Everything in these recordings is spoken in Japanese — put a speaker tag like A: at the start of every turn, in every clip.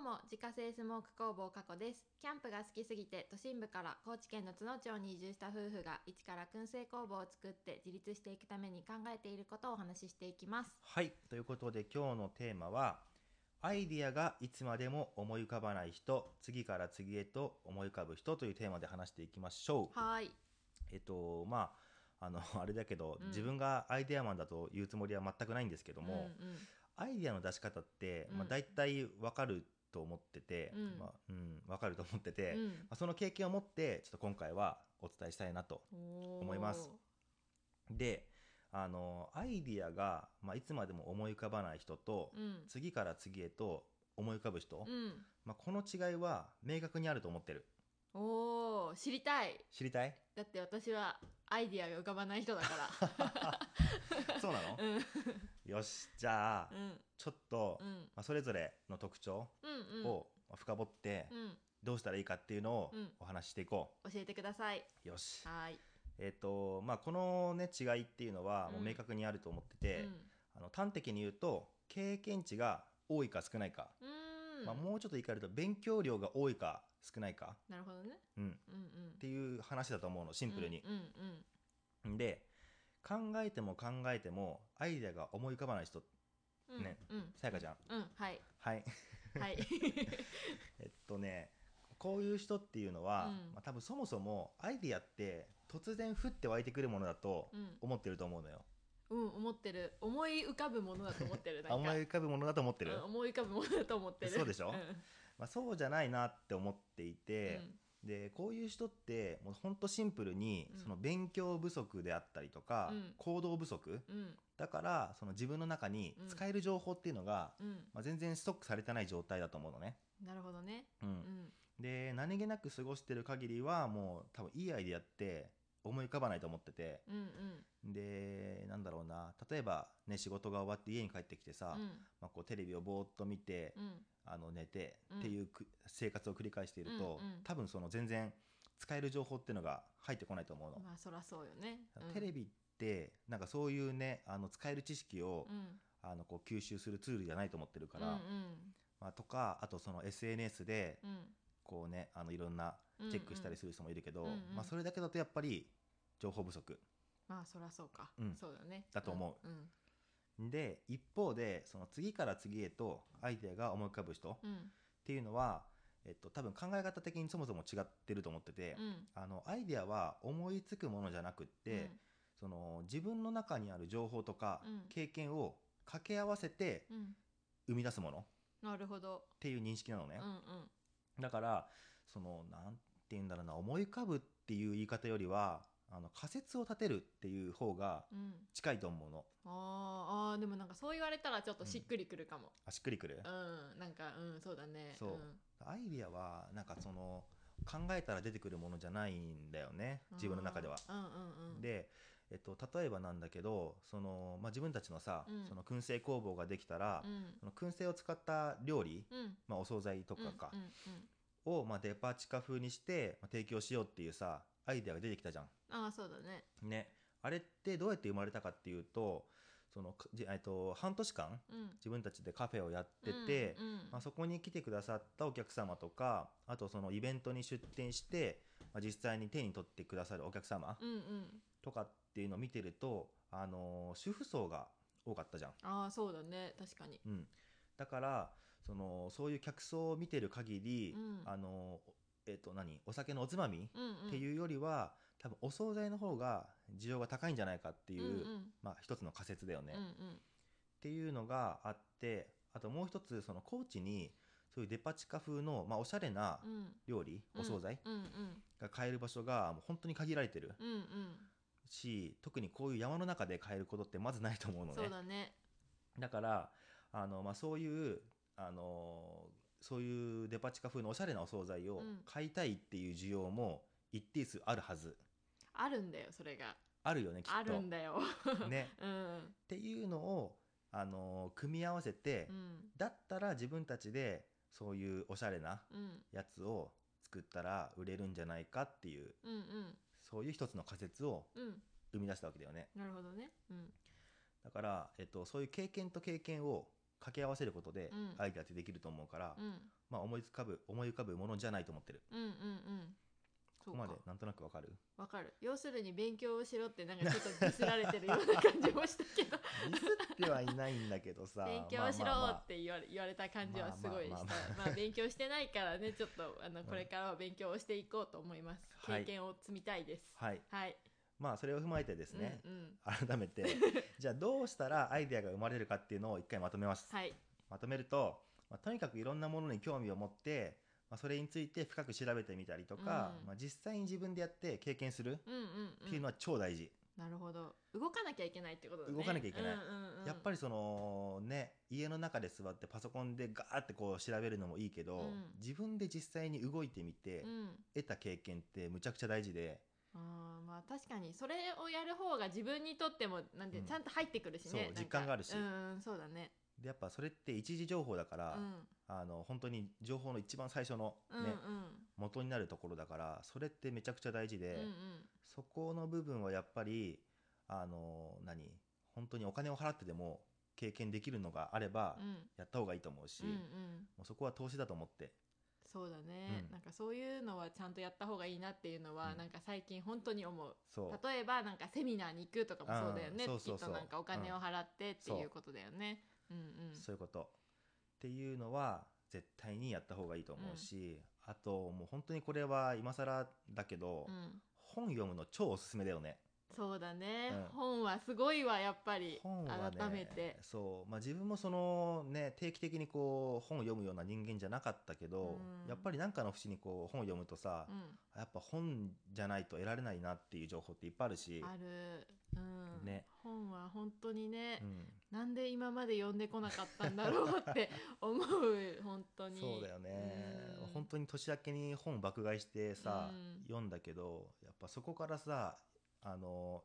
A: も自家製スモーク工房加古ですキャンプが好きすぎて都心部から高知県の津野町に移住した夫婦が一から燻製工房を作って自立していくために考えていることをお話ししていきます
B: はい、ということで今日のテーマは、アイディアがいつまでも思い浮かばない人、次から次へと思い浮かぶ人というテーマで話していきましょう。
A: はい
B: えっと、まあ、あの、 あれだけど、
A: うん
B: 自分がアイデアマンだと言うつもりは全くないんですけども、
A: うんうん
B: アイディアの出し方って、ま
A: う
B: あ、
A: ん
B: 大体わかると思ってて、
A: うん
B: まあ、うん、わかると思ってて、
A: う
B: ま
A: ん
B: あ、その経験を持って、ちょっと今回はお伝えしたいなと
A: 思
B: 思いますであのアイディアが、まあ、いつまでも思い浮かばない人と、
A: うん
B: 次から次へと思い浮かぶ人、
A: うん
B: まあ、この違いは明確にあると思ってる
A: おー知りたい
B: 知り たい
A: だって私はアイディアが浮かばない人だ か
B: そうなの
A: ら、うんうん
B: よしじゃあ、
A: うん
B: ちょっと、
A: う
B: ま
A: ん
B: あ、それぞれの特徴
A: うん
B: を深掘って、
A: うん
B: どうしたらいいかっていうのを
A: うん
B: お話ししていこ
A: 教えてくださいう
B: よし
A: はい
B: えっ、とまあこのね違いっていうのはもう
A: うん
B: 明確にあると思ってて、
A: うん
B: あの端的に言うと経験値が多いか少ないか
A: うーん
B: まあ、もうちょっと言い換えると勉強量が多いか少ないか、
A: なるほどね
B: うん、
A: うんうん
B: っていう話だと思うのシンプルに
A: う。んうん
B: で考えても考えてもアイデアが思い浮かばない人
A: うん
B: ね
A: うん
B: さやかちゃん
A: うんはい
B: はい
A: はい
B: えっとねこういう人っていうのは、
A: うん
B: まあ、多分そもそもアイデアって突然降って湧いてくるものだと
A: うん
B: 思ってると思うのよ。
A: うん思ってる思い浮かぶものだと思ってるなんか
B: あ思い浮かぶものだと思ってる、
A: うん思い浮かぶものだと思ってる
B: そうでしょ
A: ん
B: まあ、そうじゃないなって思っていて
A: う、ん
B: でこういう人ってもうほんとシンプルに、
A: うん
B: その勉強不足であったりとか、
A: うん
B: 行動不足
A: うん
B: だからその自分の中に
A: うん
B: 使える情報っていうのが、
A: うん
B: まあ、全然ストックされてない状態だと思うのね。
A: なるほどね
B: うん
A: うん
B: で何気なく過ごしてる限りはもう多分いいアイディアって思い浮かばないと思ってて
A: うんうん
B: でなんだろうな例えばね仕事が終わって家に帰ってきてさ、
A: うん
B: まあ、こうテレビをぼーっと見て、
A: うん
B: あの寝て
A: うん
B: っていうく生活を繰り返していると、
A: うんうん
B: 多分その全然使える情報っていうのが入ってこないと思うの。
A: まあそらそうよねうん
B: テレビってなんかそういうねあの使える知識を、
A: うん
B: あのこう吸収するツールじゃないと思ってるから、
A: うんうん
B: まあ、とかあとその SNS で
A: うん
B: こうねあのいろんなチェックしたりする人もいるけど、
A: うんうん
B: まあ、それだけだとやっぱり情報不足
A: まあそらそうか
B: うん
A: そうだね
B: だと思
A: うん
B: で一方でその次から次へとアイデアが思い浮かぶ人っ
A: うん
B: ていうのは、えっと、多分考え方的にそもそも違ってると思ってて、
A: うん
B: あのアイデアは思いつくものじゃなくって、その自分の中にある情報とか
A: うん
B: 経験を掛け合わせて
A: うんうん
B: 生み出すものっ
A: なるほど
B: ていう認識なのね。
A: うんうん
B: だからそのなんて言うんだろうな思い浮かぶっていう言い方よりはあの仮説を立てるっていう方が
A: うん
B: 近いと思うの
A: あーあーでもなんかそう言われたらちょっとしっくりくるかも
B: あしっくりくる
A: う、ん、なんかうんそうだね
B: そうアイディアはなんかその考えたら出てくるものじゃないんだよね
A: うん
B: 自分の中では。
A: うんうんうん
B: で、えっと、例えばなんだけどその、まあ、自分たちのさ、
A: うん
B: その燻製工房ができたら、
A: うん
B: その燻製を使った料理、
A: うん
B: まあ、お惣菜と
A: うん
B: かか
A: うんうん
B: を、まあ、デパ地下風にして、まあ、提供しようっていうさアイデアが出てきたじゃん。
A: ああそうだね
B: ね、あれってどうやって生まれたかっていうとそのかじ、えっと、半年間
A: うん
B: 自分たちでカフェをやってて、
A: うんうん
B: まあ、そこに来てくださったお客様とかあとそのイベントに出店して、まあ、実際に手に取ってくださるお客様
A: うんうん
B: とかっていうのを見てると、あのー主婦層が多かったじゃん。
A: ああそうだね確かに
B: うん、だからそのそういう客層を見てる限り、
A: うん
B: あのーえっと何お酒のおつまみ、
A: うんうん
B: っていうよりは多分お惣菜の方が需要が高いんじゃないかっていう、
A: うんうん
B: まあ、一つの仮説だよね、
A: うん
B: っ
A: うん
B: ていうのがあってあともう一つその高知にそういうデパ地下風の、まあ、おしゃれな
A: うん
B: 料理、お惣菜
A: うんうん
B: が買える場所がもう本当に限られてる
A: うんうん
B: し特にこういう山の中で買えることってまずないと思うのね
A: そうだね
B: だからあの、まあ、そういうあのそういうデパ地下風のおしゃれなお惣菜
A: う
B: を
A: ん
B: 買いたいっていう需要も一定数あるはず
A: あるんだよそれが
B: あるよねきっと
A: あるんだよ
B: ね
A: うん
B: っていうのを、あのー組み合わせて、
A: うん
B: だったら自分たちでそういうおしゃれな
A: うん
B: やつを作ったら売れるんじゃないかっていう
A: うんうん
B: そういう一つの仮説を
A: うん
B: 生み出したわけだよね
A: なるほどねうん
B: だから、えっと、そういう経験と経験を掛け合わせることで
A: うん
B: アイデアってできると思うから、
A: うん
B: まあ思い浮かぶ思い浮かぶものじゃないと思ってる
A: うんうんうんそう
B: ここま
A: か
B: でなんとなくわかる
A: わかる要するに勉強をしろってなんかちょっとディスられてるような感じもしたけ ど
B: ミスってはいないんだけどさ
A: 勉強しろって言われ,、言われた感じはすごいした、
B: ま
A: ま
B: あ
A: あ
B: まあま
A: 勉強してないからねちょっとあの
B: ん
A: これからは勉強をしていこうと思います、
B: は
A: 経
B: い
A: 験を積みたいです
B: はい
A: はい、
B: まあそれを踏まえてですね、
A: うんうん
B: 改め てじゃあどうしたらアイデアが生まれるかっていうのを一回まとめます、
A: はい
B: まとめると、まあ、とにかくいろんなものに興味を持って、まあ、それについて深く調べてみたりとか、
A: うん
B: まあ、実際に自分でやって経験する
A: うんうん、
B: っ
A: うん、
B: ていうのは超大事、
A: なるほど動かなきゃいけないってことだね
B: 動かなきゃいけない
A: うんうんうん、
B: やっぱ
A: り
B: りそのね家の中で座ってパソコンでガーってこう調べるのもいいけど、
A: うん
B: 自分で実際に動いてみて、
A: うん
B: 得た経験ってむちゃくちゃ大事で
A: あーまあ確かにそれをやる方が自分にとってもなんて、
B: うん
A: ちゃんと入ってくるしね
B: そう
A: なんか
B: 実感があるし
A: うんうんそうだね
B: でやっぱそれって一時情報だから、
A: うん
B: あの本当に情報の一番最初の、ね
A: うんうん
B: 元になるところだからそれってめちゃくちゃ大事で、
A: うんうん
B: そこの部分はやっぱりあの何本当にお金を払ってでも経験できるのがあれば、
A: うん
B: やった方がいいと思うし、
A: うんう
B: も
A: ん
B: うそこは投資だと思って
A: そうだね、
B: うん
A: なんかそういうのはちゃんとやった方がいいなっていうのは、
B: うん
A: なんか最近本当に思う
B: そう
A: 例えばなんかセミナーに行くとかもそうだよね、
B: うんそうそう
A: きっ
B: そう
A: となんかお金を払ってって
B: そ
A: いううことだよね、うん、うん
B: そういうことっていうのは絶対にやった方がいいと思うし、あともう本当にこれは今更だけど、
A: うん
B: 本読むの超おすすめだよね
A: そうだね、
B: うん
A: 本はすごいわやっぱり
B: 本はね
A: 改めて
B: そう、まあ、自分もそのね定期的にこう本を読むような人間じゃなかったけど、
A: うん
B: やっぱり何かの節にこう本を読むとさ、
A: う
B: やっぱ本じゃないと得られないなっていう情報っていっぱいあるし
A: ん、ある、うん
B: ね
A: 本は本当にね
B: う、ん、
A: なんで今まで読んでこなかったんだろうって思う本当に
B: そうだよね、
A: うん
B: 本当に年明けに本爆買いしてさ、
A: うん
B: 読んだけどやっぱそこからさあの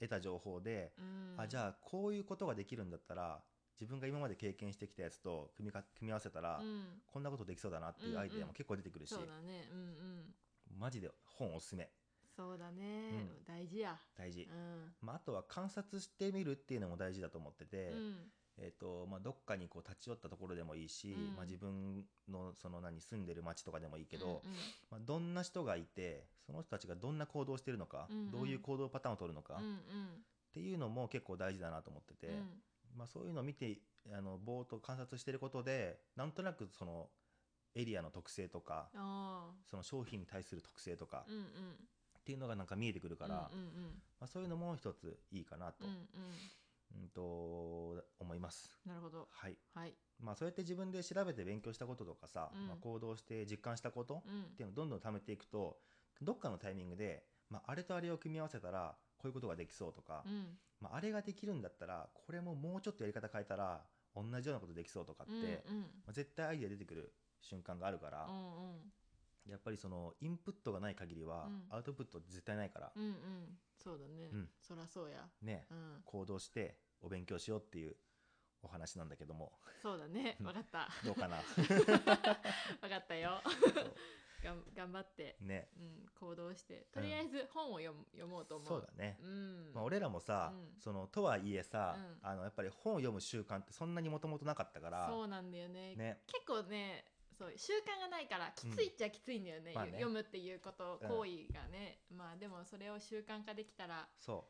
B: 得た情報で、
A: うん
B: あじゃあこういうことができるんだったら自分が今まで経験してきたやつと組みか組み合わせたら、
A: うん、
B: こんなことできそうだなっていうアイデアも結構出てくるし、
A: そうだねうんうん
B: マジで本おすすめ
A: そうだね、
B: う
A: 大事や
B: 大事、
A: うん、
B: まあ、あとは観察してみるっていうのも大事だと思ってて、
A: うん
B: えっとまあ、どっかにこう立ち寄ったところでもいいし、
A: うん
B: まあ、自分のその何住んでる町とかでもいいけど、
A: うん
B: まあ、どんな人がいてその人たちがどんな行動をしてるのか、
A: うんうん
B: どういう行動パターンを取るのか、
A: うん
B: っ
A: うん
B: ていうのも結構大事だなと思ってて、
A: うん
B: まあ、そういうのを見てあのぼーっと観察してることでなんとなくそのエリアの特性とか
A: あ
B: その商品に対する特性とか
A: ーうんうん
B: っていうのがなんか見えてくるから、
A: うんうん
B: まあ、そういうのも一ついいかな
A: う
B: と,、うん
A: うん
B: ん、と思います。
A: なるほど
B: はい
A: はい
B: まあ、そうやって自分で調べて勉強したこととかさ、
A: うん
B: まあ、行動して実感したこと
A: うん
B: っていうのをどんどん貯めていくとどっかのタイミングで、まあ、あれとあれを組み合わせたらこういうことができそうとか、
A: うん
B: まあ、あれができるんだったらこれももうちょっとやり方変えたら同じようなことできそうとかって、
A: うん
B: ま
A: うん
B: あ、絶対アイデア出てくる瞬間があるから
A: う、んうん
B: やっぱりそのインプットがない限りは
A: うん
B: アウトプット絶対ないから、
A: うんうんそうだね、
B: うん
A: そらそうや
B: ね
A: うん
B: 行動してお勉強しようっていうお話なんだけども
A: そうだねわかった
B: どう かな
A: わかったよ
B: そう
A: がん頑張って、
B: ね
A: うん、行動してとりあえず本を読む読もうと思う
B: そうだね、
A: うん
B: まあ、俺らもさ、
A: うん
B: そのとはいえさ、
A: うん
B: あのやっぱり本を読む習慣ってそんなにもともとなかったから
A: そうなんだよね
B: ね
A: 結構ねそう習慣がないからきついっちゃきついんだよね,、
B: まあね
A: 読むっていうこと
B: うん
A: 行為がね、まあでもそれを習慣化できたら
B: そ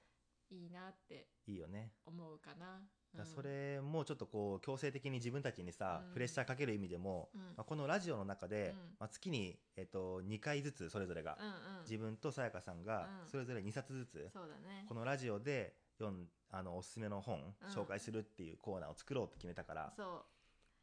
A: いいなって
B: ういいよね
A: 思うかな、う
B: だから
A: ん
B: そ、れもちょっとこう強制的に自分たちにさ、
A: うん
B: プレッシャーかける意味でも、
A: うん、うん
B: まあ、このラジオの中で、
A: うん
B: まあ、月に、えっと2回ずつそれぞれが、
A: うん
B: 自分とさやかさんが
A: うん
B: それぞれ2冊ずつ、
A: そうだね
B: このラジオで読んあのおすすめの本
A: うん
B: 紹介するっていうコーナーを作ろうって決めたから、
A: そ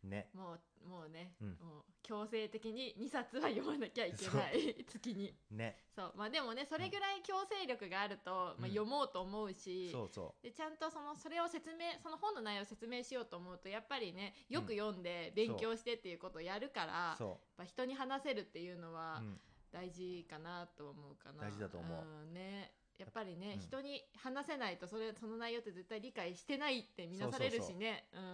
B: ね
A: うもうもうね、
B: うん
A: もう強制的に2冊は読まなきゃいけない 月に
B: ね
A: そうまあでもねそれぐらい強制力があると、
B: うん
A: まあ、読もうと思うし、
B: そうそ
A: でちゃんとそのそれを説明その本の内容を説明しようと思うとやっぱりねよく読んで
B: うん
A: 勉強してっていうことをやるから、
B: う
A: やっ
B: そ
A: ぱ人に話せるっていうの
B: う、
A: は
B: うん、
A: 大事かなと思うかな
B: 大事だと思
A: う、ん、ねやっぱりね、
B: うん
A: 人に話せないとそれその内容って絶対理解してないって見なされるしねうんう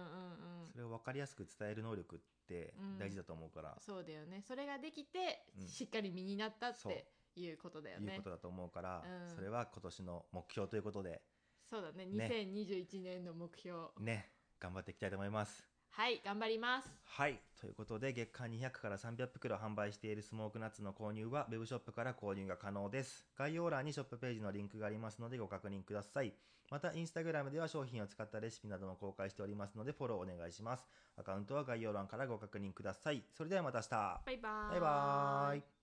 A: んうん
B: それを分かりやすく伝える能力って大事だと思うから、
A: そうだよねそれができて、
B: うん
A: しっかり身になったっ
B: そう
A: ていうことだよ
B: いう
A: ね
B: ことだと思うから、
A: うん
B: それは今年の目標ということで
A: そうだね
B: ね
A: 2021年の目標、
B: ね頑張っていきたいと思います
A: はい頑張ります
B: はい。ということで、月間200から300袋販売しているスモークナッツの購入は、ウェブショップから購入が可能です。概要欄にショップページのリンクがありますのでご確認ください。また、インスタグラムでは商品を使ったレシピなども公開しておりますので、フォローお願いします。アカウントは概要欄からご確認ください。それではまた明日。
A: バイバーイ
B: バイバーイ。